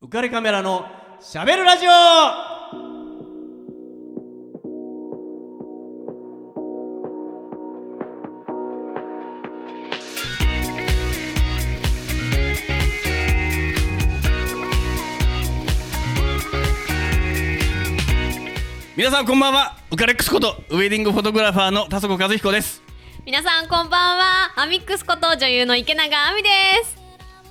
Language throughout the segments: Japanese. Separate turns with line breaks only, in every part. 浮かれカメラのしゃべるラジオ皆さんこんばんは浮かれックスことウェディングフォトグラファーの田底和彦です
皆さんこんばんはアミックスこと女優の池永亜美です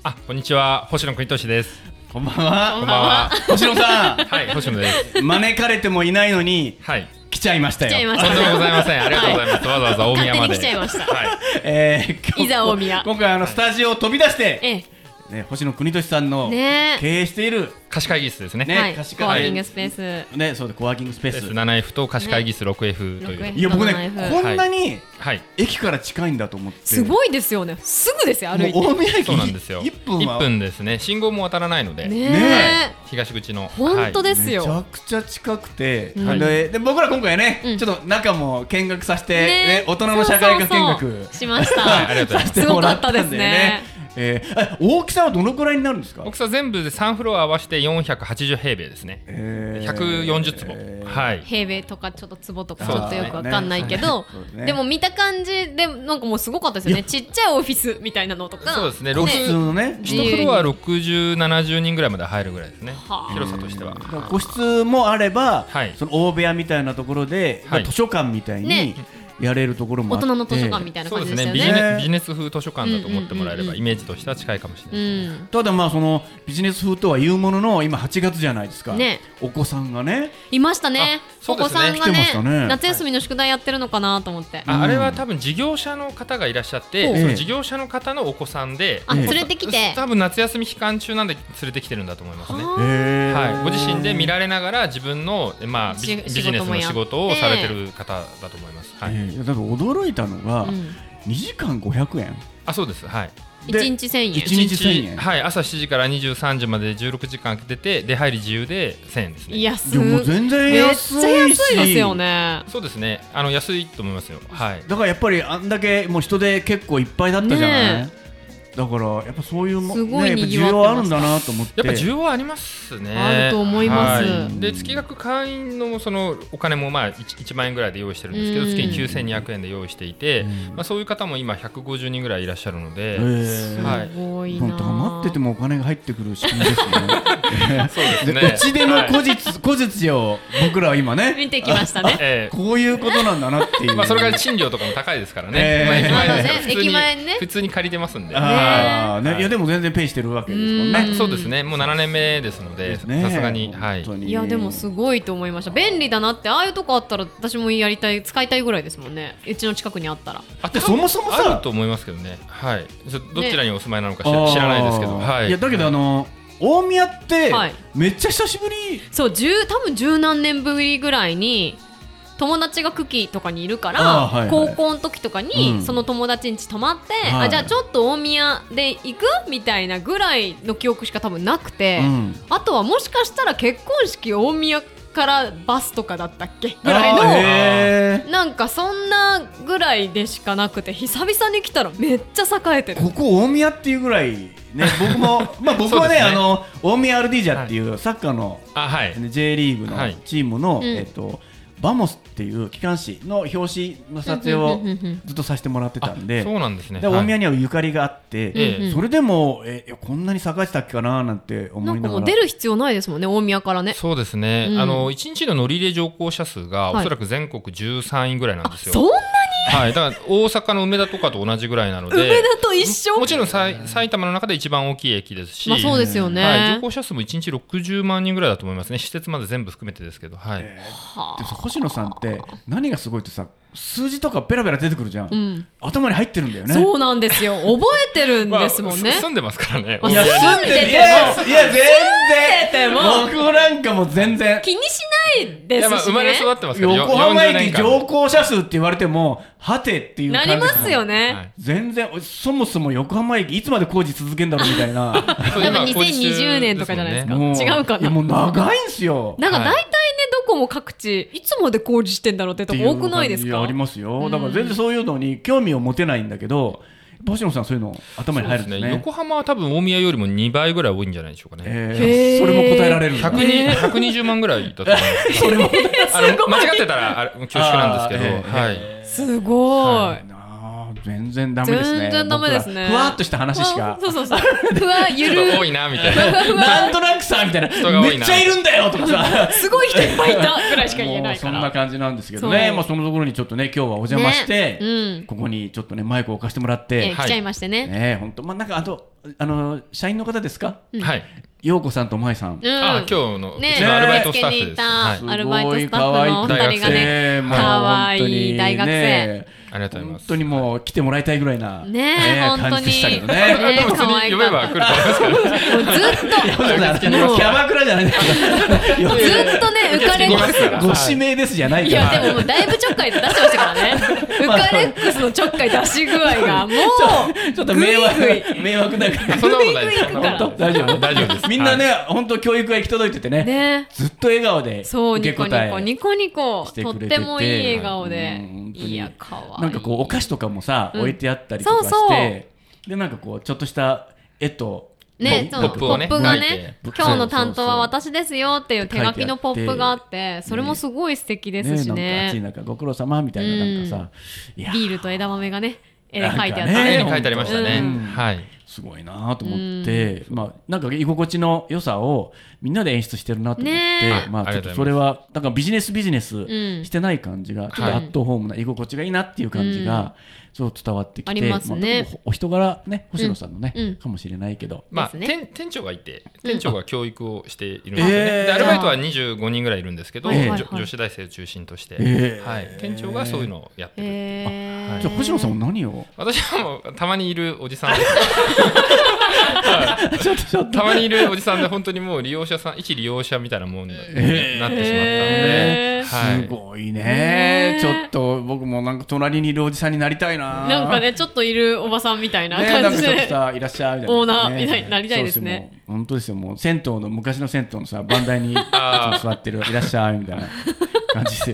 あ、こんにちは、星野国俊です。
こんばんは
こんばんは。
星野さ
はい、星野です。
ん招かれてもいないのに
はい。
来ちゃいましたよ
来ちゃいまし
と
た
んでもございません。ありがとうございます。わざわざ大宮まで。
勝手に来ちゃいました
はい。
えー今日
いざ大宮
今回あのスタジオを飛び出して、
え
ね、星野国俊さんの
ねえ
経営している、
貸し会議室ですね。
ね
え、はいコ
貸し会
ワーキングスペース
ねそうでコワーキングスペー
です
ス
7F と貸し会議室 6F という。
6F
いや僕
ナイ
ね
フ
こんなに
はい。
駅から近いんだと思って
す
い
ごいですよねすぐですよ歩いて
もう大宮駅
そうなんですよ。
1分は
一ですね。信号も渡らないので。
ね
ね
え
東口の。
本当
は
で
い
すよ、
めちゃくちゃ近くて、
はい
でで僕ら今回ね、
うん
ちょっと中も見学させて、ね
ねえ
大人の社会科見学
そうそうそうしました
ありがとうござい
さ
ま
せて
す。
もらったんだよねえーあ大きさはどのくらいになるんですか
大きさ全部で3フロア合わせて480平米ですね。
えー
140坪。はい。
平米とかちょっと坪とかち
そう
ょ
だ
っと
ね
よくわかんないけ
ね
ど、
そうですね
でも見た感じでなんかもうすごかったですよねちっちゃいオフィスみたいなのとか
そうですね。
個
六
室のね
自由に
一フロア60、70人ぐらいまで入るぐらいですね
はあ。
広さとしては。
個室もあれば、
はい
その大部屋みたいなところで、
はい
図書館みたいに
ね
やれるところもあっ
大
て、
人の図書館みたいな
そう
感
で
じ
す
でした
ね
よね
ビジ
ね
ネビジネス風図書館だと思ってもらえれ
うんうんうん
ば
うん
イメージとしては近いかもしれないですね、
うん
ただまあそのビジネス風とはいうものの今8月じゃないですか、
ね
お子さんがね
いましたね
あそ
お
うで
子
すね
さんが
来てまし
ね
たね
夏休みの宿題やってるのかなと思って、
ああれは多分事業者の方がいらっしゃって、
ほう
その事業者の方のお子さんで、
あ
ええ
連れてきて
多分夏休み期間中なんで連れてきてるんだと思いますね。
あ
へー
はい、ご自身で見られながら自分の、えまあ、ビジ
し
ビジネスの
仕
仕
事
事
もや
を
って
されてる方だと思います。は
え
い
ーいや多分驚いたのが、
うん
2時間500円
あそうです、はい、
で
1日1000円
一日1000円
はい、朝7時から23時まで16時間出て出入り自由で1000円ですね。
いやす
でも全然
めっちゃ
安いし
安いですよね
そうですねあの安いと思いますよ。はい、
だからやっぱりあんだけもう人で結構いっぱいだったじゃない、
ね
だからやっぱそういうも
すごい
ね、やっぱ需
賑
要
わ
あ
って
る
ま
ん
し
だ
た
なと思って
やっぱ需要はありますね。
あると思います
はいで月額会員のそのお金もまあ 1, 1万円ぐらいで用意してるんですけど
うん
月に9200円で用意していて、
うん
まあ、そういう方も今150人ぐらいいらっしゃるので、
えー
はい
すごい
こ
な
の黙っててもお金が入ってくる仕組みですね。
そうですね
でうちでの小術、小術を僕らは今ね、
見てきましたね
ええ
こういうことなんだなっていう。
まあ、それから賃料とかも高いですから
ええ
ね、まあですから
まあね駅前ね
普通に借りてますんで、
あーね、
はい
いやでも全然ペイしてるわけですもん
うん
ね。
そうですねもう7年目ですので
ね
さすがに、はい、
本当に
いやでもすごいと思いました便利だなってああいうとこあったら私もやりたい使いたいぐらいですもんねうちの近くにあったら
あ
でそもそもさ
あると思いますけどね、はい、ちょどちらにお住まいなのか知,、
あー
知らないですけど、はい、
いやだけどあの大宮って
はい
めっちゃ久しぶり。
そう10多分十何年ぶりぐらいに友達が久喜とかにいるか
あ
ら、
ーはいはい
高校の時とかに、
うん
その友達ん家泊まって、
はい
あじゃあちょっと大宮で行くみたいなぐらいの記憶しか多分なくて、
うん
あとはもしかしたら結婚式大宮からバスとかだったっけぐらい
あー
の。
へー
なんかそんなぐらいでしかなくて久々に来たらめっちゃ栄えてる
ここ大宮っていうぐらいね、僕 もまあ僕は
そう
ね
ですね
あの大宮アルディージャっていうサッカーの
あはい、
ね J リーグの
はい
チームの、
ん
えっとバモスっていう機関誌の表紙の撮影
う
を
んうんうんうん
ずっとさせてもらってたんで、
そうなんですね。
で大宮
に、
にはゆかりがあって、
ええ
それでもえいやこんなに栄えてたっけかななんて思
ないんか
なが
もう
ら
出る必要ないですもんね大宮からね
そうですね、
うん
あの1日の乗り入れ乗降者数が
はい
おそらく全国13位ぐらいなんですよ、
そんな
はい、だから大阪の梅田とかと同じぐらいなので
梅田と一緒
もちろんさい埼玉の中で一番大きい駅ですし、
まあそうですよね、
はい、乗降者数も1日60万人ぐらいだと思いますね施設まで全部含めてですけど、はい
は
でもさ星野さんって何がすごいってさ数字とかペラペラ出てくるじゃん、
ん
頭に入ってるんだよね
そうなんですよ覚えてるん
まあ
ですもんね、
す住んでますからね
まあ
いや
そう
住んで
住んでても
いやいや全然
ても
僕なんかもう全然
気にしないで
いやまあ
すし
生まれ
ね
育ってますからよ
横浜
40
駅
年間
乗降者数って言われてもはてっていう感
な
じで
りますよ
は
ね、
い
全然そもそも横浜駅いつまで工事続けんだろうみたい な
そう
やっぱ
今工事中
2020年とかじゃないですか
もんね
も
違うかない
やもう長いんすよ
なんか
はい
大体ねどこも各地いつまで工事してんだろうってとこ多くないです
ってう感
か
じありますよ、
うん
だから全然そういうのに興味を持てないんだけど星野さんそういうの頭に入るんですね
横浜は多分大宮よりも2倍ぐらい多いんじゃないでしょうかね。
えー
へー
それも答えられるんだ
100に120万ぐらいだと思います。
それも答えられる
あの間違ってたらあれ恐縮なんですけど、
あー
はい。
すごい、
は
あー全然ダメですね
全然ダメですね
僕らふわっとした話し
あ
か
そうそうそうふわゆ
ちょっと多
る
いなみたいな。
なんとなくさみたいな
人が多い
め
な
っちゃいるんだよとかさ
すごい人いっぱいいたぐらいしか 言え
も
な
う
いか
そ
ら
んな感じなんですけどね
そう
まあそのところにちょっとね今日はお邪魔して、
ねうん
ここにちょっとねマイクを置かせてもらっ
え
て
ー、来ちゃいましてね、
ね本当まあなんかあとあの社員の方ですか
はい。
陽子さんと舞さん
うん
あ、今日のう
ね
ちのアルバイトスタッフです。
ね
はい。
す
アルバイ
ご
ト
い
スタッフのお
可
二
愛い
人がね
もう
可
本当
愛
に
い大学生
ね
ありがとうございま
本
す。
当にもう来てもらいたいぐらいな
ねえ
え
本当に
感じでしたけどね。
ね
でも普通に呼べば来ると思いますけど。
もうずっ
そうだキ
もう
ャバクラじゃないんだけど
とずっとね浮かれ
いやいやいや
ご指名ですじゃない
い
か
や
ら。
でももうだいぶちょっかい出してましたか らねウカレックスのちょっかい出し具合がもう
ちょっと迷惑
グイグ
迷惑だ から。
そんなことないです。
グイグイ行くから
本当
大丈夫
大丈夫です。
みんなね、本当教育が行き届いててね。
ね
ずっと笑顔で
そう
受
ニ
け
コニ
答え
コニコニコ
して
と
く
っ
れてて
てもいい笑顔
うん
で
本当に
いやかわいい
なんかこうお菓子とかもさ、
うん
置いてあったりとかして、
そうそう
でなんかこうちょっとした絵と
ね、
ポ
そ
ッ
の
プ
ポ
ポをね
ップが
書いて
ね、今日の担当は私ですよっていう手書きのポップがあって、それもすごい素敵ですし
なんか暑い
ね。
中ご苦労様みたいななんかさ、いや
ビールと枝豆がね、絵で書いてあっ
な
た
んか
絵
ね。
に書いてありましたね
うん。
はい。
すごいなと思って、まあなんか居心地の良さをみんなで演出してるなと思って、
ね
まあ
あ
ちょっ
あり
と
がと
そう
ご
れ
ざい
はなんかビジネスビジネス
ん
してない感じが、ちょっとアットホームな居心地がいいなっていう感じが、そう伝わってきて、
ありますね
あ、特におお人柄ね星野さんのね、
うんうん
かもしれないけど、
まあ、
ですね
店店長がいて店長が教育をしているんですよね、
えー
でアルバイトは25人ぐらいいるんですけど、
はいはいはい
女女子大生を中心として、
えー
はい、店長がそういうのをやってる、
へ
じゃあ星野さんは何を
私はもうたまにいるおじさんです
ちょっとちょっと
たまにいるおじさんで本当にもう利用者さん一利用者みたいなもんになってしまったん
え
で、はい
すごいね
ね
ちょっと僕もなんか隣にいるおじさんになりたいな
なんかね、ちょっといるおばさんみたいな
ねな
感
んか
じ
ちょっと
で。
さいらっしゃいみたいな、
オーナーみたいになりたいですね
そうですよもう本当ですよもう銭湯の昔の銭湯のさ番台にいつ
あー
も座ってるいらっしゃいみたいな感じで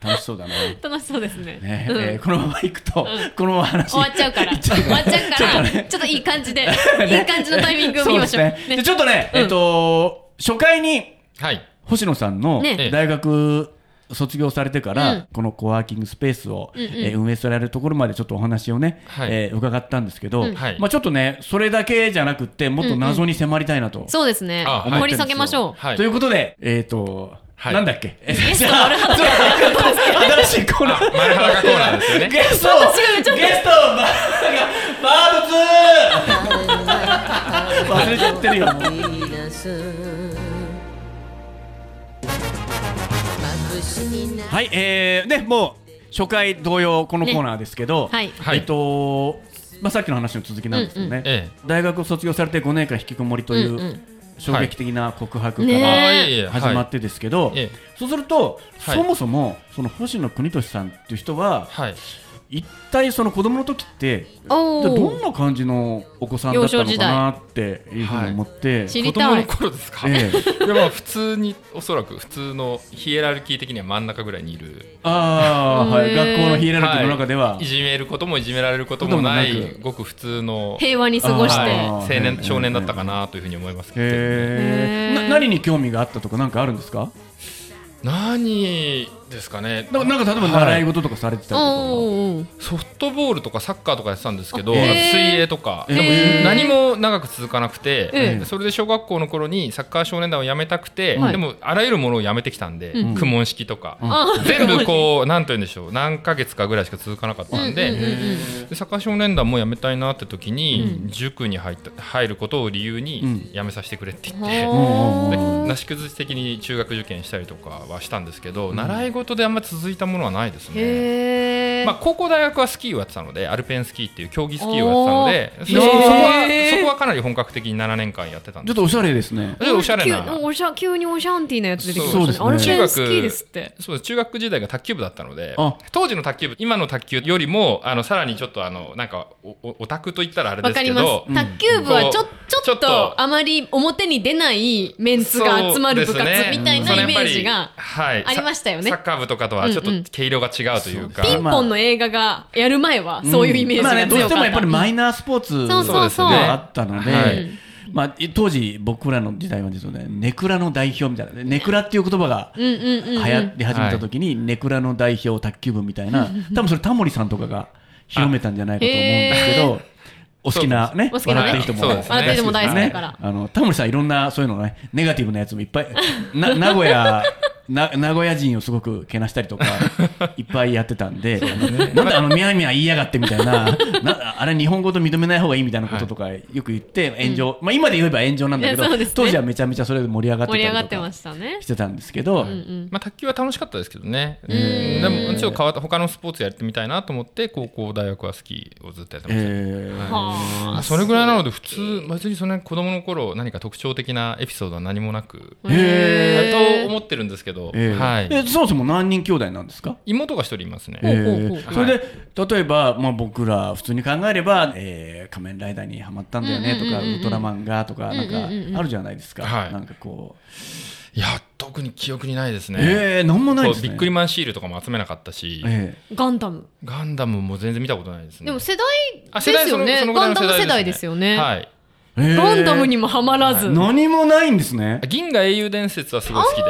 楽しそうだな、ね
楽しそうですね。
え
うん
ーこのまま行くと、このまま話
終わっちゃうから。
行っちゃう
終わっちゃうから、ちょっといい感 じで、いい感じのタイミングを見ましょう。
そうですねで
ね
ちょっとね、
うん
えっと初回に
はい
星野さんの
ね
大学卒業されてから、
うん
このコワーキングスペースを、
うんうん
えー運営されるところまでちょっとお話をね、
はい
えー伺ったんですけど、
うん
はい
まあ、ちょっとねそれだけじゃなくってもっと謎に迫りたいなと。
そうですね。
あはい
掘り下げましょう。
はい
ということで、えっ、と、
はい
なんだっけ、え
ゲストのあるはず
新しいコーナー。
丸裸コーナーですよね
ゲストゲストバードがバード2忘れちゃってるよもうはいえー、ねもう初回同様このコーナーですけど、
ねはい
はい
えっとまあさっきの話の続きなんですけどね、
うんう
ええ
大学を卒業されて5年間引きこもりという、
うんうん
衝撃的な告白か
ね
ら
え
あいえいえはい
始まってですけど、
はいええ
そうすると、
はい
そもそもその星野国俊さんっていう人は
はい
一体その子供の時って
おー
どんな感じのお子さんだったのかなっていうふうに思って、
知り
子
た
供
い
の。頃ですか、
え
でも普通におそらく普通のヒエラルキー的には真ん中ぐらいにいる
ああ、はい、
へー
学校のヒエラルキーの中では、
い、じめることもいじめられることも
こ
な
ともないく
ごく普通の
平和に過ごし
はい
て。
あー
青年少年だったかなというふうに思いますけど、
へー
へ
な
ー
何に興味があったとかなんかあるんですか
何ですかね
なんかなんか例えば
はい
習い事とかされてたりとか、
おー
ソフトボールとかサッカーとかやってたんですけど
あ
水
へー
泳とか
え
でも
へー
何も長く続かなく
え
て
え
それで小学校の頃にサッカー少年団を辞めたくて
はい
でもあらゆるものを辞めてきたんで
うん
苦悶式とか
ん
あー
全部 こうなんと言うんでしょう何ヶ月かぐらいしか続かなかったん
うんうんうん
で。
うん
でサッカー少年団も辞めたいなって時に、塾に入った入ることを理由に辞めさせてくれって言って、
うん
は
う
ー
なし崩し的に中学受験したりとかはしたんですけど、習い事であんま続いたものはないですね。
へえ。
まあ、高校大学はスキーをやってたのでアルペンスキーっていう競技スキーをやってたのでそ
おー
そこ
へ
は
ー
そこはかなり本格的に7年間やってたん
ちょっ
です
とおしゃれですね
ちょっとおしゃれな
急おしゃ急にオシャンティーなやつ出てきま
そうで
した
す
ね。
ね
あれ
中
中
学
学好きですって。
そうです中学時代が卓球部だったので
あ
当時の卓球部今の卓球よりもあのさらにちょっとあのなんかおおオタクと言ったらあれで
わ
す
かり
け
ま
ど
す。卓球部はちょ
こう
ちょっ
ちょっと
とあまり表に出ないメンツが集まる部活みたいなイメージが。
あ
ありましたよね
サッカー部とかとはちょっと毛色が違うというか、
ピンポン本の映画がやる前はそういうイメージ
まあね
が
どう
強
して
か
もや
っ
っぱ
た
りマイナースポーツ
そうそうそう
ではあったので、
はい
まあ、当時僕らの時代はですよねネクラの代表みたいなねネクラっていう言葉が
うんうんうんう
流
ん
行り始めた時に、ネクラの代表卓球部みたいな多分それタモリさんとかが広めたんじゃないかと思うんですけど。お好きなね、
お好きなね
笑っていいとも
そうですね
大好きです
笑っていいとも
大好きだから
あの、タモリさんいろんなそういうのね、ネガティブなやつもいっぱい、な名古屋、な名古屋人をすごくけなしたり とか、いっぱいやってたんで、なんであの、みやみや言いやがってみたい な、なあれ日本語と認めない方がいいみたいなこととかよく言って、炎上、まあ今で言えば炎上なんだけど
いやそうですね、
当時はめちゃめちゃそれで盛り上がって
盛
た
り上
り
がっ
と
てま
か
したね
し。てたんですけど、
まあ、卓球は楽しかったですけどね、でもちょっと変わった他のスポーツやってみたいなと思って高校大学はスキーをずっとやってました、
えー
は
まあそれぐらいなので普通別にそんな子供の頃何か特徴的なエピソードは何もなく、
あへ
と思ってるんですけど、
えー
はい、
えそもそも何人兄弟なんですか
妹が一人いますね、
ほうほうほう
えーそれで、例えば、まあ、僕ら普通に考えれば、えー仮面ライダーにはまったんだよねとか、ウルトラマンがとか、なんかあるじゃないですか。
はい
なんかこう、
いや特に記憶にないですね、
えー、なんもない
こ
で
う
すね。
ビックリマンシールとかも集めなかったし、
え
い。ガンダム。
ガンダムも全然見たことないですね
でも世
あ
代で
世代
すよね。
そのそのぐら
ガ
い
ン
の
ダム世代ですよね。
はい
えー
ガンダムにもハマらず。
何もないんですね。
銀河英雄伝説はすごい好きで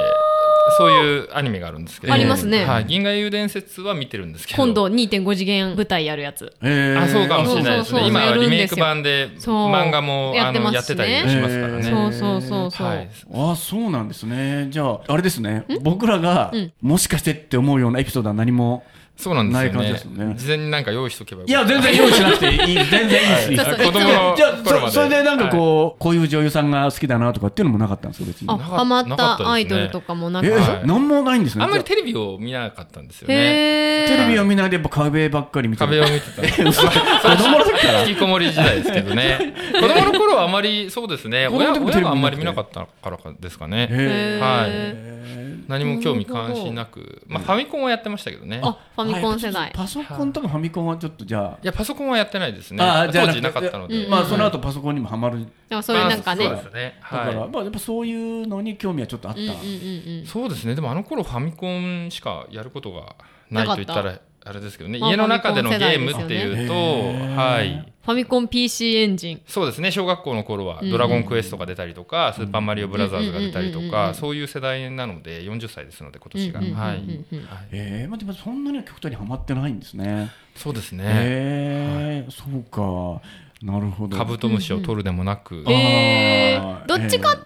そういうアニメがあるんですけど
あります
ね
はい、銀河英雄伝説は見てるんですけど
今度2.5次元舞台やるやつ。
えー
あそうかもしれないです
そうそうそう
ね今
や
は
る
リ
ん
メ
で
イク
すよ
版で
そう
漫画も
や
あ
って
の
ますしね
やってたりしますから
え
ね、
ー
そうそうそうそう。
はい、
あそうなんですね。じゃあ、あれですね。僕らが、もしかしてって思うようなエピソードは何も。
そうなんで
な
すよ
い
ね
感じですよね
事前になんか用意しとけばよ
い
か
や、
った
全然用意しなくていい。 全然いいです。いい です
そう
子供の
じゃあ
頃ま
そ、それでなんか
は
こう、こういう女優さんが好きだなとかっていうのもなかったんですか、別に
あ、。
なか
ハマっ
なかったです
た
ね
アイドルとかもな
え
ん
ー
か。
はい
なんもないんですね。
いあんまりテレビを見なかったんですよね
へ
テ
ー。
レビを見ないでやっぱ壁ばっかり見て
壁を
る。
見てた 子供の時から引きこもり時代ですけどね子供の頃はあまりそうですね
子供の
親
時も
親があんまり
テレビ見
見
な
な
く
かったからかですかね
へ
はい何も興味関心なくまあファミコンはやってましたけどね
あ、ファミコン世代。
パソコンとかファミコンはちょっとじゃ
いやパソコンはやってないですね
あ。あ、じゃあ
当時なかったので、
まあその後パソコンにもハマる。
でもそういうなんかね。
まあ
う
そうですね。
だから、
は
まあやっぱそういうのに興味はちょっとあった。
んうんうん
い。そうですね。でもあの頃ファミコンしかやることが
な
な
いか
と
った
言ったらあれですけどね。
まあ
家の中での
フ
ゲ
ァミ
ー
コン世代
ム
ですよね
っていうと、
へー
はい。
ファミコン PC エンジン。
そうですね。小学校の頃はドラゴンクエストが出たりとか、スーパーマリオブラザーズが出たりと
うんうんうんうんう
か、
ん
そういう世代なので40歳ですので今
うんう
年
ん
が、
うんうん
はい、
うん
はい
ええまあでもそんなには極端にはまってないんですね。
そうですね。
ええそうか。なるほど。
カブトムシを取るでもなく、
ん
へ
あー
ーどっちかっていう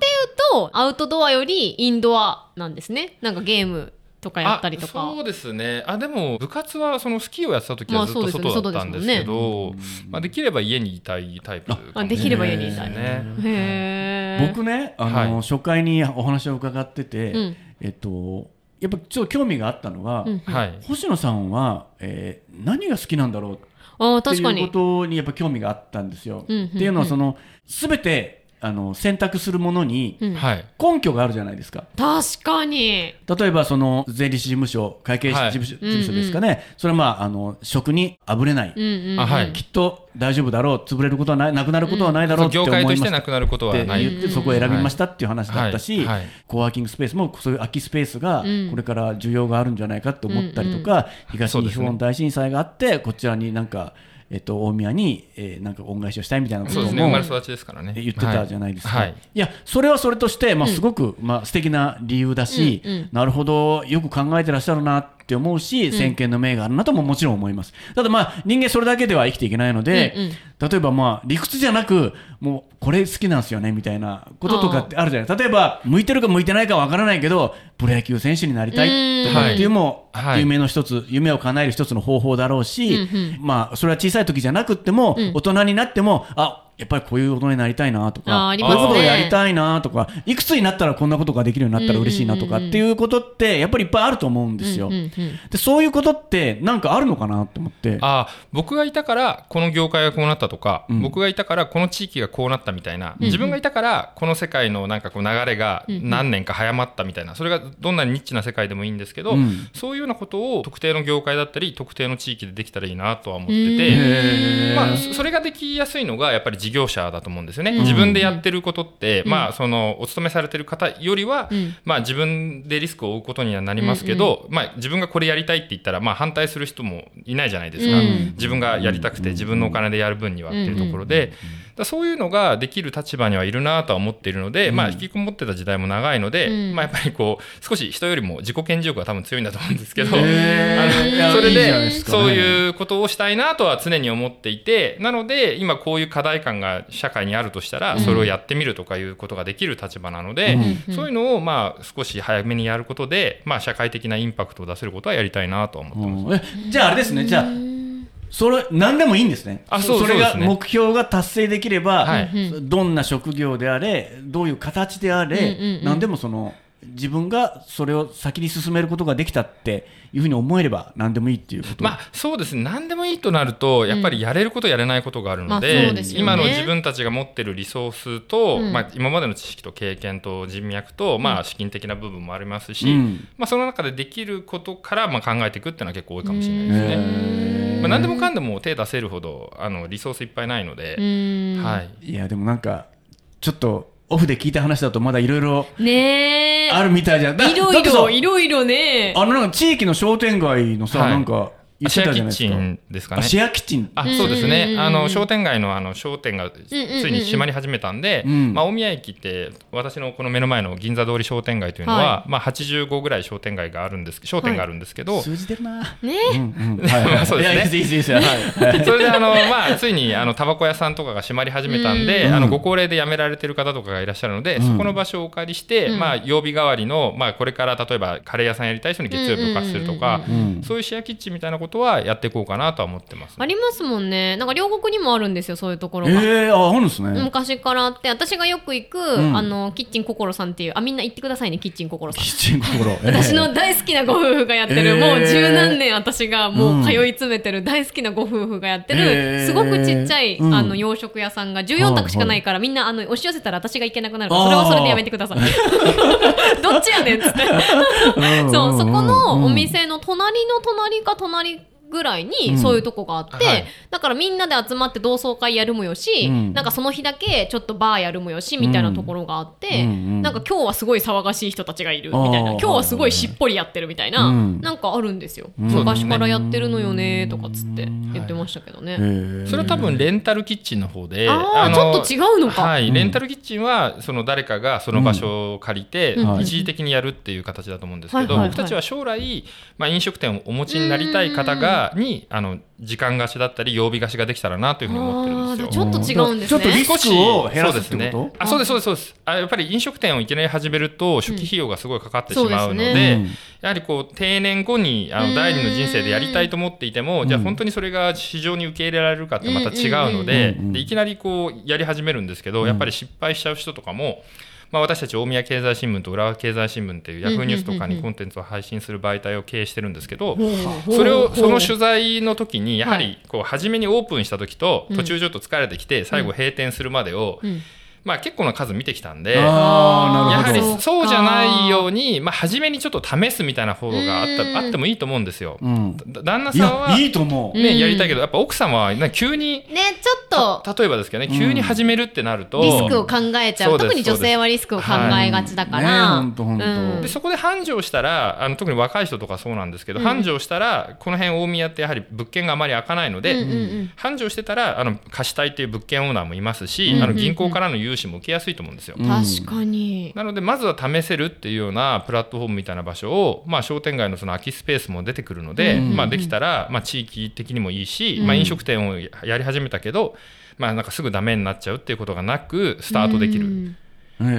と、アウトドアよりインドアなんですね。なんかゲームとかやったりと
あそ
か。
うですねあでも部活はそのスキーをやってた時
ま
は
あ
ずっと
そうですね
外だったんですけど、
外
ま
で
あ
すもんね
できれば家にいたいタイプかもしれな
あ
い
できれば家にいたい
ね
へー。
僕ね、あの、
はい
初回にお話を伺ってて、
うん
えっと、やっぱちょっと興味があったのが、
うん
はい
星野さんは、えー何が好きなんだろう
ああ、
って
確か
いうこ
に。
とにやっぱ興味があったんですよ。
うんうんうん
っていうのはその全てあの選択するものに
うん
はい
根拠があるじゃないですか。
確かに。
例えばその税理士事務所会計士
はい
事務所,、
うんうん
ですかねそれはまああの職にあぶれない、
うんうんうん。
あはい
きっと大丈夫だろう潰れることはないなくなることはないだろうって
業
思い
界
ま
とし
してた
なくなること
って
はない
言ってそこを選びましたっていう話だったし、
はいはいはい
コワーキングスペースもそういう空きスペースが
うん
これから需要があるんじゃないかと思ったりとか、東日
そうです
本
ね
大震災があってこちらになんか、えっと、大宮に、えーなんか恩返しをしたいみたいなこ
そう
と
ですね生
も
まれ育ちですからね
言ってたじゃないですか、
はいい、
やそれはそれとして、まあ、すごく、まあ素敵な理由だし、
うんうん
なるほどよく考えてらっしゃるなって思うし、先見の明があるなとももちろん思いますただまあ人間それだけでは生きていけないので、
うん
例えばまあ理屈じゃなくもうこれ好きなんですよねみたいなこととかってあるじゃない例えば向いてるか向いてないかわからないけどプロ野球選手になりたいとかっていうのも、
うんはい
夢の一つ夢を叶える一つの方法だろうし、
うん
まあそれは小さい時じゃなくっても、
うん
大人になってもあやっぱりこういう大人になりたいなと
あー
か、
あり
こ
ま
うい
す
うこ
ね
とをやりたいなとか、いくつになったらこんなことができるようになったら嬉しいなとかっていうことって、やっぱりいっぱいあると思うんですよ
うん。うんうん
で、そういうことって、なんかあるのかなと思って。
あ僕がいたからこの業界がこうなったとか、
うん
僕がいたからこの地域がこうなったみたいな、自分がいたからこの世界のなんかこう流れが何年か早まったみたいなそれがどんなニッチな世界でもいいんですけど、
うん
そういうようなことを特定の業界だったり特定の地域でできたらいいなとは思っ
う
て
ん
て、
へー
まあ、そそれができやすいのがやっぱり事業者だと思うんですよね、
うん
自分でやってることって、
うん
まあそのお勤めされてる方よりは、
うん
まあ自分でリスクを負うことにはなりますけど、まあ自分がこれやりたいって言ったらまあ反対する人もいないじゃないですか、
うん
自分がやりたくて自分のお金でやる分にはっていうところで、だからそういうのができる立場にはいるなとは思っているので、まあ引きこもってた時代も長いので、
うん
まあやっぱりこう少し人よりも自己顕示欲が多分強いんだと思うんですけど、あの
へーいや
それ
いいじゃ
で
ないすかね
そういうことをしたいなとは常に思っていてなので今こういう課題感が社会にあるとしたらそれをやってみるとかいうことができる立場なので、
うん
そういうのをまあ少し早めにやることで、まあ、社会的なインパクトを出せることはやりたいなとは思ってます。
うんえじゃああれですねじゃあそれ何でもいいんですね
あそう
れ
そ
が
うですね
目標が達成できれば、
はい
どんな職業であれどういう形であれ、
うんうんうん
何でもその自分がそれを先に進めることができたっていうふうに思えれば何でもいいっていうこと、
まあそうですね何でもいいとなるとやっぱりやれることやれないことがあるの
まあ
で,、
そうですよね
今の自分たちが持ってるリソースと、
うん
まあ、今までの知識と経験と人脈と、まあ、資金的な部分もありますし、
うん
まあ、その中でできることからまあ考えていくっていうのは結構多いかもしれないです
へ
ね。
ー
まあ、何でもかんでも手出せるほどあのリソースいっぱいないので、
は
はい、
いやでもなんかちょっとオフで聞いた話だとまだいろいろ
い。ねえ。
あるみたいじゃんだ
いろ
だっ
い
てさ
ろ、いろいろね。
あのなんか地域の商店街のさ、
はい
なんか言っ
シ
て
ェ
た
ア
じ
キ
ゃ
ッ
ないですか
チンですか
あ
ね。
シェアキッチン
あそうです
うんうんうんう
ね
ん
あの商店街のあの商店がつ
うんうんうん
いに閉まり始めたんで、
うん
まあ、大宮駅って私のこの目の前の銀座通り商店街というのは、まあ、85ぐらい商店街があるんです商店があるんですけど、
数字出るな
ね
うんうんはいはい
そうですね
いやいいすいいすいいですはい
それであの、まあ、ついにあのタバコ屋さんとかが閉まり始めたんで、
うん
あのご高齢で辞められてる方とかがいらっしゃるので、
うん
そこの場所をお借りして、
うん
まあ、曜日代わりの、まあ、これから例えばカレー屋さんやりたい人に月曜日を貸するとか、
うん
うん
そういうシェアキッチンみたいなことはやっていこうかなとは思ってます、
ありますもんね。なんか両国にもあるんですよ、そういうところ が。
ええああるんですね
昔からあって、私がよく行く、
ん
あの、キッチン心さんっていう、あ、みんな行ってくださいね、キッチン心 さん
キ。ッチン心
私の大好きなご夫婦がやってる、
えー
もう十何年私がもう通
うん
い詰めてる大好きなご夫婦がやって
え
る、
ー
すごくちっちゃい、
うん
あの洋食屋さんが14択しかないから、みんなあの押し寄せたら私が行けなくなるから
あー
それはそれでやめて ください どっちやねんっつってそうそこのお店の隣の隣か隣ぐらいうに
ん
そういうとこがあって、
はい
だからみんなで集まって同窓会やるもよし、
うん
なんかその日だけちょっとバーやるもよしみたいなところがあって、
うんうんうん
なんか今日はすごい騒がしい人たちがいるみたいな
あー
今日はすごいしっぽりやってるみたいな、
うん
なんかあるんですよ、
ん
昔からやってるのよねとかっつって言ってましたけどね、
それは多分レンタルキッチンの方で、
あー
の
ちょっと違うのか
はい、
ん
レンタルキッチンはその誰かがその場所を借りて
うん
はい
一時的にやるっていう形だと思うんですけど、
はいはいはい
僕たちは将来、まあ、飲食店をお持ちになりたい方がにあの時間貸しだったり曜日貸しができたらなというふうに思ってるんです
ちょ
よ。
っと違うんですね
ちょっとリス
少し
クを減らすっ
そう
て
です
こ
ね。あ、そうですそうですそうです。あ、やっぱり飲食店をいきなり始めると初期費用がすごいかかってし
うん
ま
そう
うので、
です
ね
やはりこう定年後にあ
うん
の第二の人生でやりたいと思っていても、じゃあ
うん
本当にそれが市場に受け入れられるかってまた違うの
う
で
んうんうんうんうん
でいきなりこうやり始めるんですけど、やっぱり失敗しちゃう人とかも。まあ、私たち大宮経済新聞と浦和経済新聞っていうヤフーニュースとか
うんうんうんう
に
ん
コンテンツを配信する媒体を経営してるんですけど、
ほう
それを
ほう
その取材の時にやは
は
りこう初めにオープンした時と
うん
途中ちょっと疲れてきて最後閉店するまでを
うん
まあ結構な数見てきたんでや
ああなる
ー
は
ほど
り
そうか
そうじゃないようにまあ初めにちょっと試すみたいな方があっ
うん
たあってもいいと思うんですよ。
うん
だ旦那
い
さんは
やいいと思う
うん
ねやりたいけどやっぱ奥様はなんか急に
ねちょっと
例えばですけどね
うん
急に始めるってなると
リスクを考えちゃう
そうです
特に女性はリスクを考えがちだから、
はいねほんとほんと
うん
でそこで繁盛したらあの特に若い人とかそうなんですけど、
うん
繁盛したらこの辺大宮ってやはり物件があまり開かないので、
うんうんうん
繁盛してたらあの貸したいっていう物件オーナーもいますし、
うん
あの銀行からの融資も受けやすいと思うんですよ。
うん
確かに、
なのでまずは試せるっていうようなプラットフォームみたいな場所を、まあ、商店街のその空きスペースも出てくるので、
うん
まあ、できたら、まあ、地域的にもいいし、
うん
まあ、飲食店をやり始めたけど、まあ、なんかすぐダメになっちゃうっていうことがなくスタートできる、
うん
へ
はいやっ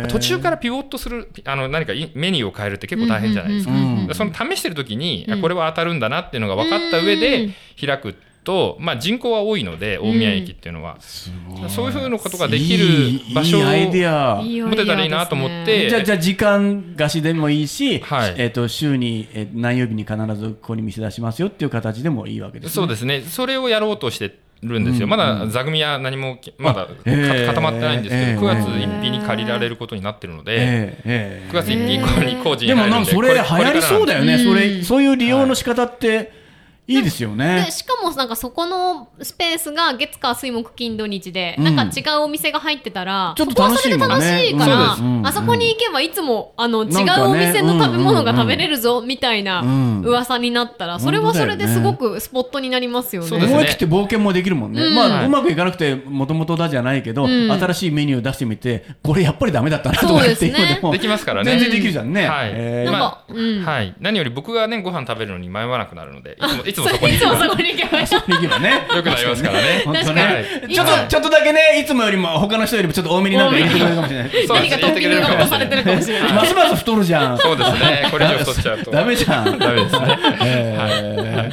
え
ぱ途中からピボットするピあの何かいメニューを変えるって結構大変じゃないですか、
うんうんうん
うん
その試してる時に、
うん
あこれは当たるんだなっていうのが分かった上
う
で
ん
開くと、まあ、人口は多いので大宮駅っていうのは、
すごい
そういうふうなことができる場所
いい
を
いいアイデア
いいアイデアですね
持てたらいいなと思って
じゃあじゃあ時間貸しでもいいし、
はい
えっと週に、えー何曜日に必ずここに店出しますよっていう形でもいいわけです、ね、
そうですねそれをやろうとしてるんですよ、
うん
まだ座組は何もまだ
あへえ
固まってないんですけど、
ええ
9月1日に借りられることになってるので、
ええええ
9月1日以降に工事に
でも
入
なん
るん
か
で
それ流
ここ
行
か
り
らなん
そうだよね、
うん
それそういう利用の仕方って、いいですよね
で。しかもなんかそこのスペースが月火水木金土日で、
うん
なんか違うお店が入ってたら
ちょっと楽しいもんね
ここはそれで楽しいから、
うんそうですうん
あそこに行けばいつもあの違
なん
う
か
お
ね
店の食べ物が
うんうんうん
食べれるぞみたいな
うん
噂になったら、それはそれですごくスポットになりますよね。
そうですね
思い切って冒険もできるもんね、
うん
ま
は
あ
いう
まくいかなくてもともとだじゃないけど、
うん
新しいメニュー出してみてこれやっぱりダメだったなとかっていう
そうですね
ので も
できますからね
全然できるじゃんね、
はい
えー
なん
ま
か、うん、
はい、何より僕がねご飯食べるのに迷わなくなるのでいつもいつもそこ
それ
に
い つもそこに行けばいい。
できればね
よくなりますからね
本当
確
ね
か
は
に。
ちょっとちょっとだけねいつもよりも他の人よりもちょっと多めになんか入れてくれるかもしれない
そう
何かトッピングが落とされてるかもしれない。
ますます太るじゃん
そうですねこれ以上太っちゃう と
ダメじゃん
ダメですね
えーなる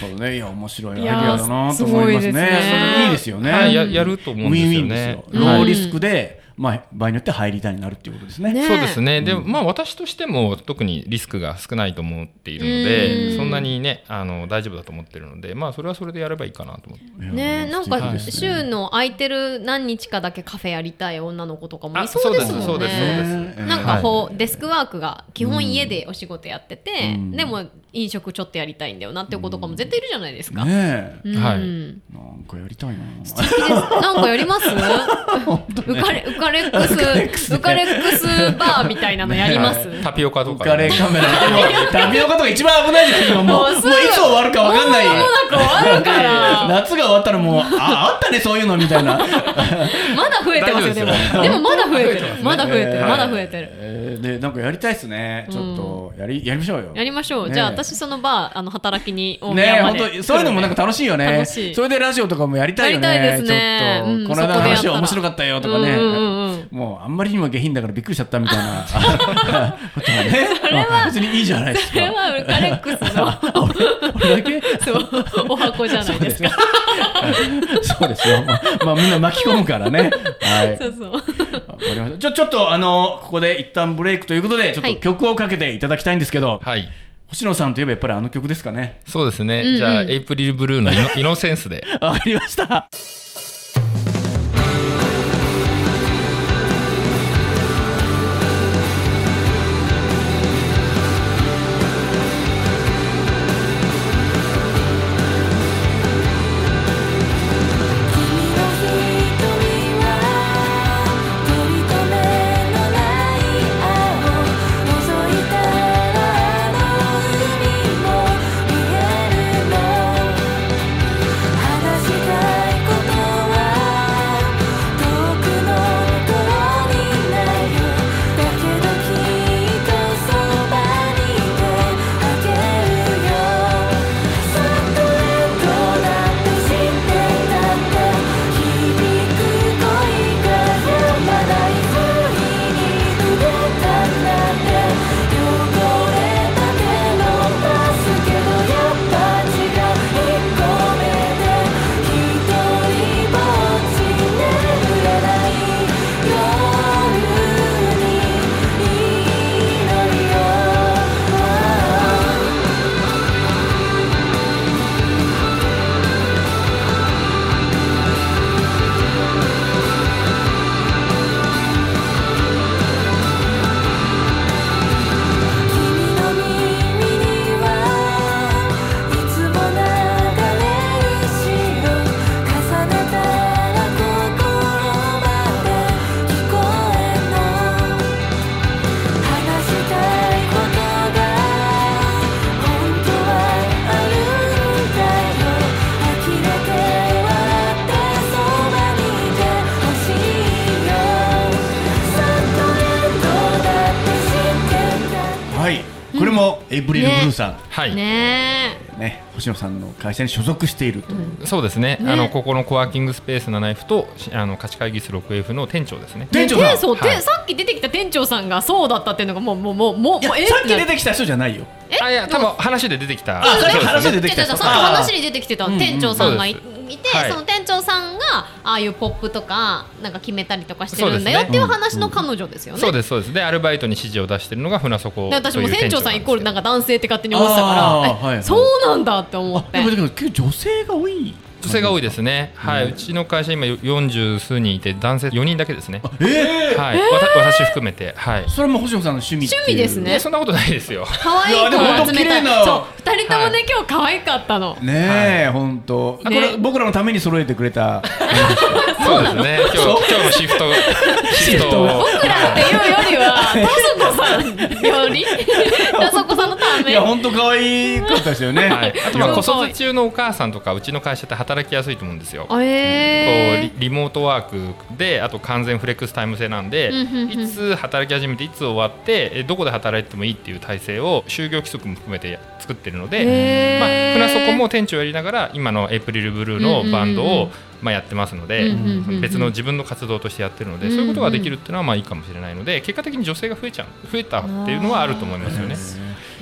ほどねいや面白いアイ
い
デ
やー
アだなと思いますね
すごいですね
それいいですよね、
はいややると思うんですよ
ウィンウィンです
ね
よ、
はい
ローリスクで、まあ、場合によって入りたいになるっていうことですね
ね
そうですね、で
うん
まあ私としても特にリスクが少ないと思っているので、
うん
そんなにねあの大丈夫だと思ってるのでまあそれはそれでやればいいかなと思って
いや
ねなん
素敵
か
ですね
週の空いてる何日かだけカフェやりたい女の子とかもい
あ
そうですもんね。
そうですそうですそうです
なんか
う
こう、デスクワークが基本家でお仕事やってて、
うん
でも飲食ちょっとやりたいんだよなっていう子とかも絶対いるじゃないですか。
ねえ
うん
はい
な
い
んかやり たいな
いですなんかやります浮かれ浮かれックス浮かれックスバーみたいなのやります、
はいタピオカと
浮
か
かれカメラでもタピオカとか一番危ない時期はもうもう
もう
い
す
つ
ぐ
終わるか分かんない
もう間もなく終わるから
夏が終わったらもうああったねそういうのみたいな
まだ増えてますよでも
大丈夫ですよ
でもまだ増えてるまだ増えて
え
る
ー
まだ増えてる、
えーでなんかやりたいですねちょっとやりやりましょうよ
やりましょう、
ねえ
じゃあ私そのバーあの働きに大
ねえ
宮ま
本
で
当そういうのもなんか楽しいよね
楽しい
それでラジオとかもやりたいよね
やりたいですね
ちょっ
うん
とこの間
そ
の
こでやっ
話
たら
は面白かったよとかね
うんうんうんうん
もうあんまりにも下品だからびっくりしちゃったみたい なことはね別にいいじゃないです
そ
か
れはウカレックスの
俺だけ
そうお箱じゃないですか
そうですよ。まあ、まあみんな巻き込むからね。はい。
そうそう
わかりました。ちょ、ちょっと、あの、ここで一旦ブレイクということで、ちょっ
は
と
い
曲をかけていただきたいんですけど、
はい
星野さんといえばやっぱりあの曲ですかね。
そうですね、
うん
じゃあエイプリルブルーのイノイ ノセンスで
わかりました。
「君の瞳はとりとめのない青」「覗いたらあの海も見えるの」「話したいことは遠くのとこにないよ」「だけどきっとそばにいてあげるよ」「サンドレッドだって知ってたって」「響く恋がまだ急いに触れたんだって」「汚れた手伸ばすけどやっぱ違う一個目で」「ひとりぼっち眠れない夜に祈るよ」「君の耳にはいつも流れ石を重ねたら心まで聞こえない」「話したいことが本当はあるんだよ」「呆れて笑ってそばにいてほしいよ」「サンドレンドだって知ってた」
はい。これも、エイプリルブルーさ
はい、
ねえ
ん、ね、星野さんの会社に所属しているという。
そうですね
ね
あのここのコワーキングスペースナナイフとしあの貸し会議室 6F の店長ですね
店長さん
ねそうて
はい
さっき出てきた店長さんがそうだったっていうのがもうもうもうもう
いや
もうえ、
さっき出
て
てきた人じゃないよ。
あいや多分話で出てきた
あさっき
そうですね
話で出てきた
さっ
人
き話に出てきてた
うんうん
店長さんがい,、
そう
て、
はい
その店長さんがああいうポップとかなんか決めたりとかしてるんだよ
そうですね
っていう話の彼女ですよね。
そうですそうですでアルバイトに指示を出してるのが船底
で私も店長さんイコールなん
か
か男性って勝手に思ってたから
あー
え
はいはい
そうなんだって思
あ
っ、て
でもだけど、結構女性が多い。
女性が多いですね、はい、うちの会社今40数人いて男性4人だけですね、
えー、
はい、わた私含めてはい
それも星野さんの趣味っていう
趣味ですね
いやそんなことないですよ
可愛い
いやでも
子を集め
本当綺麗な
たそう二人ともね、今日可愛かったの
ねえ、本当。あこれ
ね
僕らのために揃えてくれた。
そうですね今日
そう
今日のシフトシフ
フ
ト
ト
を
が
僕らっていうよりは田底さんより田底さんのた
い
め
や本当可愛かったですよね。
はい、あとは子
すごい
育て中のお母さんとかうちの会社って働きやすいと思うんですよ。こう
え
リリモートワークであと完全フレックスタイム制なんで
うんうんうん
いつ働き始めていつ終わってえどこで働いてもいいっていう体制を就業規則も含めて作ってるの
ー
で、まあ、
えー
船底も店長やりながら今のエイプリルブルーのバンド
うんうんうん
をまあやってますので
うんうんうんうん
別の自分の活動としてやってるので
うんうん
そういうことができるっていうのはまあいいかもしれないので結果的に女性が増えちゃう増えたっていうのはあると思いますよね。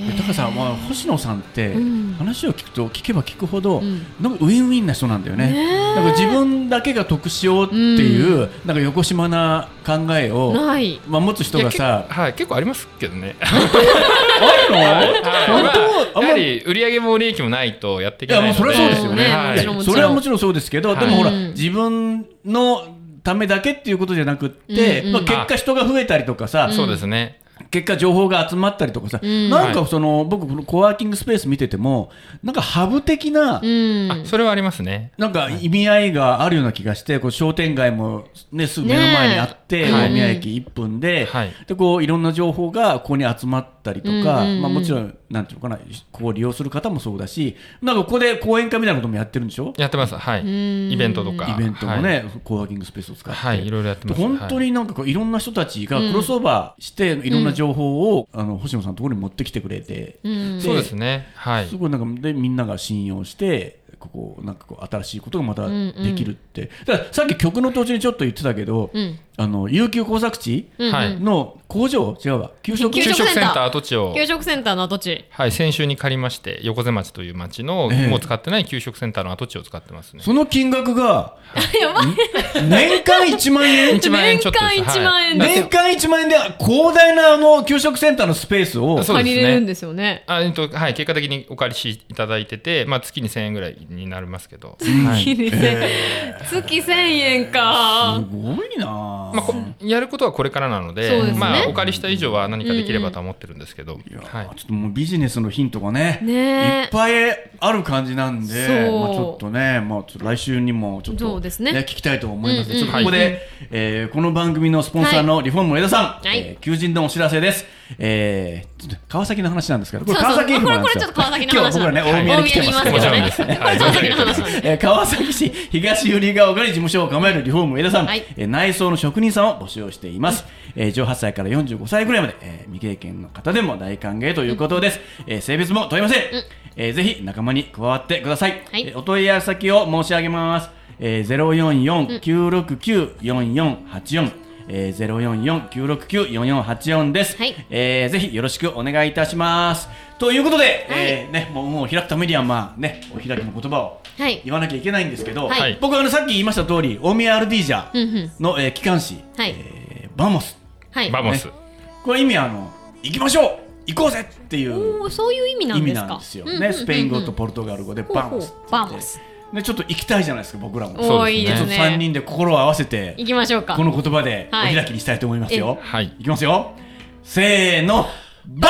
え高橋さん、まあ星野さんって
うん
話を聞くと聞けば聞くほど、
うん
なんかウィンウィンな人なんだよね。なんか自分だけが得しようっていう、なんか横島な考えを、
ない
まあ持つ人が
いや
さ
け、はい、結構ありますけど ね。
あるの？
はい
本当
まあ
あん
や
ま
は
り
り売り上げも利益もないとやっていけないの
い
で
やもうそれはそうですよ
ね
はい
もちろんも
それはもちろんそうですけど、
はい
でもほら、
うん
自分のためだけっていうことじゃなくって、
うんうん
まあ、結果人が増えたりとかさ、
そうですね、
結果情報が集まったりとかさ、
うん
なんかその、僕このコワーキングスペース見ててもなんかハブ的な、
うん
あそれはありますね
なんか意味合いがあるような気がして、こう商店街も、ね、すぐ目の前にあって、
ねえ
大宮駅1分で、
はい
でこういろんな情報がここに集まったりとか、
うんうんうん
まあ、もちろん、なんていうのかな、ここを利用する方もそうだし、なんかここで講演会みたいなこともやってるんでしょ、
やってますはい
ん
イベントとか
イベントもね、コワーキングスペースを使っ
はい、
て。
はい、いろいろやってます
本当
はい
になんかこういろんな人たちがクロスオーバーしていろんな情報を、あの星野さんのところに持ってきてくれて、
うん
そうですねはい
すごいなんかでみんなが信用してここなんかこう新しいことがまた
んうん
できるって、だからさっき曲の途中にちょっと言ってたけど、
うん
あの琉球工作地
うん
はい
の工場違うわ給食
給
給食セ
給
ン
食センタ
タ
ー
ー跡地を
給食センターの跡地
はい先週に借りまして横瀬町という町の、
ええ
もう使ってない給食センターの跡地を使ってますね
その金額が
やばい
年間1万 円
1万円ちょっとです
年間1万円ですよ
年間1万円で広大なあの給食センターのスペースを
そうですね
借りれるんですよね
あえっとはい、結果的にお借りしていただいてて、まあ、月に1000円ぐらいになりますけど、はい
いいですね 月1000
す
円か
ごいなあ、
まあ、こやることはこれからなので
そうですね
まあ、お借りした以上は何かできればとは思ってるんですけど、
いやー
はい
ちょっともうビジネスのヒントがね
ねえ
いっぱいある感じなんで、
そう
まあ、ちょっとね、まあ、ちょっと来週にもちょっ
そう
と、
ですね
聞きたいと思います、
うんうん
ちょっとここで、えーこの番組のスポンサーのリフォームの江田さん、
はい
えー求人のお知らせです、えーちょっと川崎の話なんですけどこれ
そうそう
川崎
これ
なんですよ
これちょっと川崎の
今
話
日は僕らね
はい
大宮に来てますけど
もちろ
大宮
ん
にい
で
ます
す。
ね
はい
これ川崎の話なんで
えー川崎市東百合ヶ丘に事務所を構えるリフォーム上田さん、
はい
えー内装の職人さんを募集をしています、えー18歳から45歳ぐらいまで、えー未経験の方でも大歓迎ということです、えー性別も問いません、えーぜひ仲間に加わってください、
はい
えーお問い合わせ先を申し上げます、えー、044-969-4484えー、044-969-4484です、
はい
えーぜひよろしくお願いいたしますということで、えーね、もうもう開くためにはまあねお開きの言葉を
はい
言わなきゃいけないんですけど、
はい
僕あのさっき言いました通り大宮アルディージャ
うんうん
の、えー機関誌、
はい
えーバモス
はい
バモス、
ねこれ意味あの行きましょう行こうぜっていう
おーそういう意味な
意
ん
味
です
なん
か
ですよねスペイン語とポルトガル語でバモスって言って
バモス
ねちょっと行きたいじゃないですか僕らも
おーいい
ちょ
で
っと
すね
3人で心を合わせて
行きましょうか
この言葉でお
はい
開きにしたいと思いますよ、
え
はい
いきますよせーのバ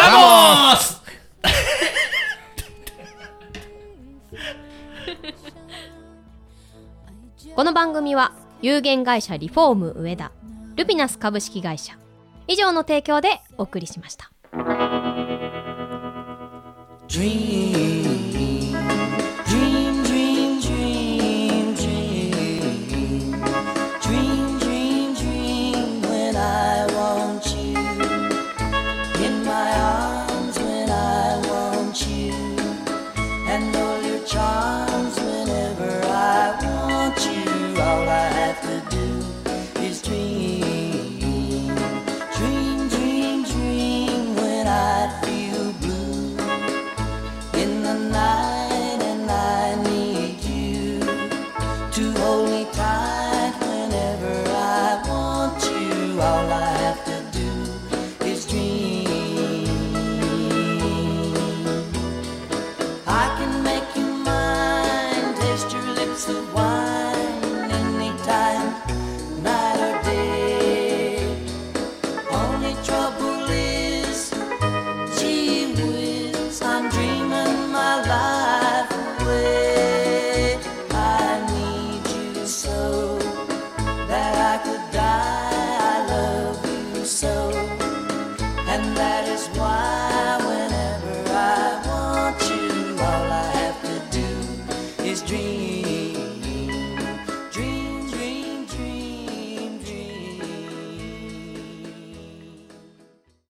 モス
この番組は有限会社リフォーム上田ルピナス株式会社以上の提供でお送りしました。
Dream